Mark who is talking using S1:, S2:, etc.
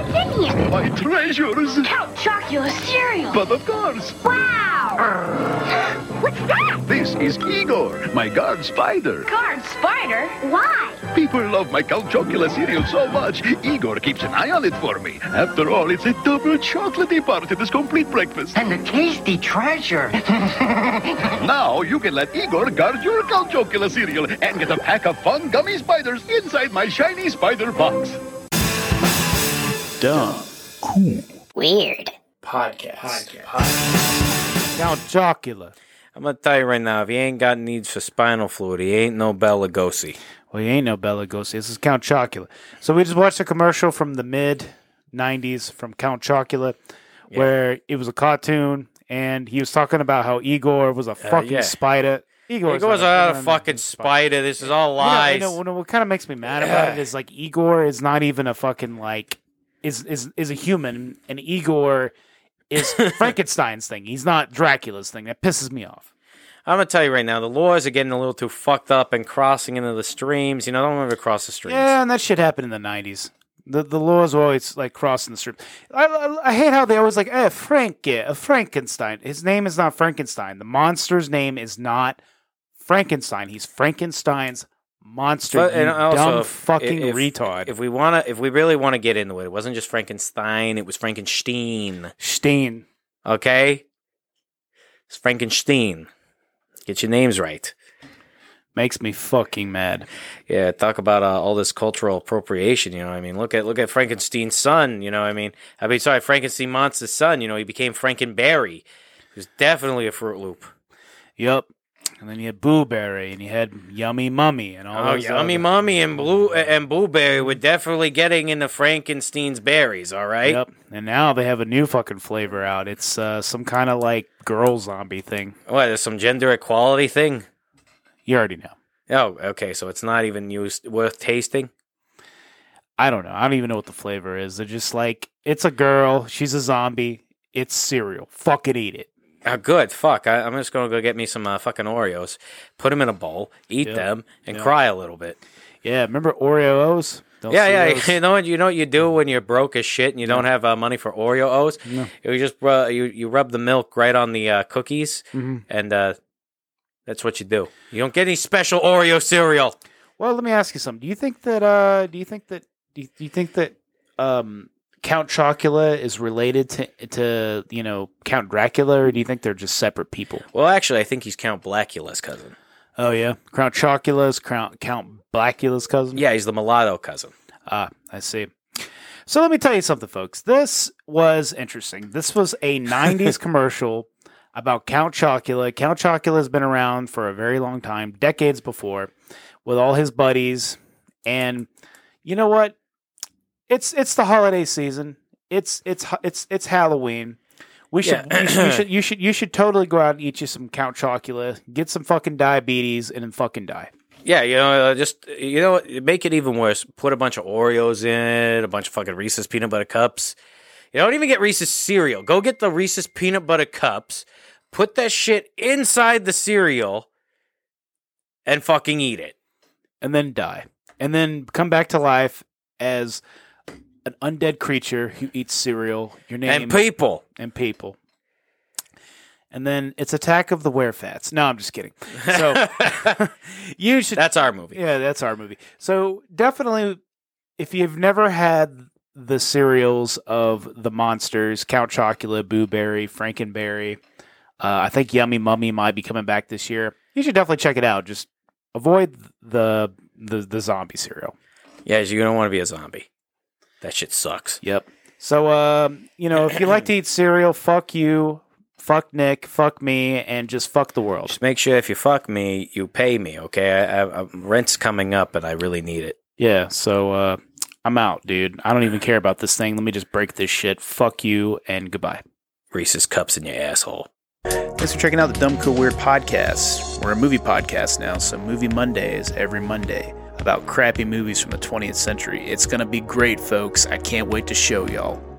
S1: all my treasures.
S2: Count Chocula cereal.
S1: But of course,
S2: wow! What's that?
S1: this is Igor, my guard spider.
S2: Guard spider? Why?
S1: People love my Count Chocula cereal so much, Igor keeps an eye on it for me. After all, it's a double chocolatey part of this complete breakfast.
S3: And the tasty treasure.
S1: Now you can let Igor guard your Count Chocula cereal and get a pack of fun gummy spiders inside my shiny spider box.
S4: Dumb.
S2: Weird.
S5: Podcast.
S6: Count Chocula.
S7: I'm gonna tell you right now, if he ain't got needs for spinal fluid, he ain't no Bella Lugosi.
S6: Well, he ain't no Bela Lugosi. This is Count Chocula. So we just watched a commercial from the mid '90s from Count Chocula, where it was a cartoon, and he was talking about how Igor was a fucking
S7: yeah.
S6: spider. Igor
S7: He goes
S6: not
S7: out a "Ah, fucking spider. This is all
S6: You know-
S7: lies.
S6: You know, you know, what kind of makes me mad about it is like Igor is not even a fucking like is is is a human, and Igor is Frankenstein's thing. He's not Dracula's thing. That pisses me off.
S7: I'm gonna tell you right now, the laws are getting a little too fucked up and crossing into the streams. You know, don't ever cross the streams.
S6: Yeah, and that shit happened in the '90s. The the laws were always like crossing the strip. I, I, I hate how they always like, eh, Frankie, uh, Frankenstein. His name is not Frankenstein. The monster's name is not Frankenstein. He's Frankenstein's monster.
S7: But-
S6: you
S7: and also,
S6: dumb
S7: if-
S6: fucking
S7: if-
S6: retard.
S7: If we wanna, if we really want to get into it, it wasn't just Frankenstein. It was Frankenstein.
S6: Steen.
S7: Okay, it's Frankenstein. Get your names right.
S6: Makes me fucking mad.
S7: Yeah, talk about uh, all this cultural appropriation. You know, what I mean, look at look at Frankenstein's son. You know, what I mean, I mean, sorry, Frankenstein monster's son. You know, he became Frankenberry. He was definitely a Fruit Loop.
S6: Yep. And then you had Boo Berry, and you had Yummy Mummy, and all
S7: Oh,
S6: those
S7: Yummy
S6: other-
S7: Mummy and Blue and Blueberry were definitely getting into Frankenstein's berries. All right.
S6: Yep. And now they have a new fucking flavor out. It's uh, some kind of like girl zombie thing.
S7: What? There's some gender equality thing.
S6: You already know.
S7: Oh, okay. So it's not even used worth tasting.
S6: I don't know. I don't even know what the flavor is. They're just like, it's a girl. She's a zombie. It's cereal. Fucking eat it.
S7: Oh, good. Fuck. I, I'm just gonna go get me some uh, fucking Oreos, put them in a bowl, eat
S6: Yep.
S7: them, and
S6: Yep.
S7: cry a little bit.
S6: Yeah. Remember Oreos? Don't see
S7: yeah, yeah.
S6: those.
S7: You know what? You know what you do when you're broke as shit and you don't have uh, money for Oreo O's. You just uh, you you rub the milk right on the uh, cookies,
S6: Mm-hmm.
S7: and uh, that's what you do. You don't get any special Oreo cereal.
S6: Well, let me ask you something. Do you think that? Uh, do you think that? Do you, do you think that? Um, Count Chocula is related to to you know Count Dracula, or do you think they're just separate people?
S7: Well, actually, I think he's Count Blackula's cousin.
S6: Oh yeah, Count Chocula's Count Count Blackula's cousin.
S7: Yeah, he's the mulatto cousin.
S6: Ah, I see. So let me tell you something, folks. This was interesting. This was a 90s commercial about Count Chocula. Count Chocula has been around for a very long time, decades before, with all his buddies. And you know what? It's it's the holiday season. It's it's ha- it's it's Halloween. We should,
S7: Yeah.
S6: we should you should you should you should totally go out and eat you some Count Chocula, get some fucking diabetes, and then fucking die.
S7: Yeah, you know, uh, just you know, what? make it even worse. Put a bunch of Oreos in it, a bunch of fucking Reese's peanut butter cups. You don't even get Reese's cereal. Go get the Reese's peanut butter cups. Put that shit inside the cereal and fucking eat it.
S6: and then die, and then come back to life as an undead creature who eats cereal. Your name
S7: And people,
S6: and people. And then it's Attack of the Werefats. No, I'm just kidding. So you should.
S7: that's our movie.
S6: yeah, that's our movie. So definitely, if you've never had the cereals of the monsters, Count Chocula, Boo Berry, Frankenberry, uh, I think Yummy Mummy might be coming back this year. You should definitely check it out. Just avoid the the, the zombie cereal.
S7: Yeah, you don't want to be a zombie. That shit sucks.
S6: Yep. So, um, you know, if you like to eat cereal, fuck you, fuck Nick, fuck me, and just fuck the world.
S7: Just make sure if you fuck me, you pay me. Okay, I, I, I, rent's coming up, and I really need it.
S6: Yeah. So, uh, I'm out, dude. I don't even care about this thing. Let me just break this shit. Fuck you and goodbye.
S7: Reese's cups in your asshole.
S4: Thanks for checking out the Dumb Cool Weird podcast. We're a movie podcast now, so Movie Monday is every Monday about crappy movies from the 20th century. It's going to be great, folks. I can't wait to show y'all.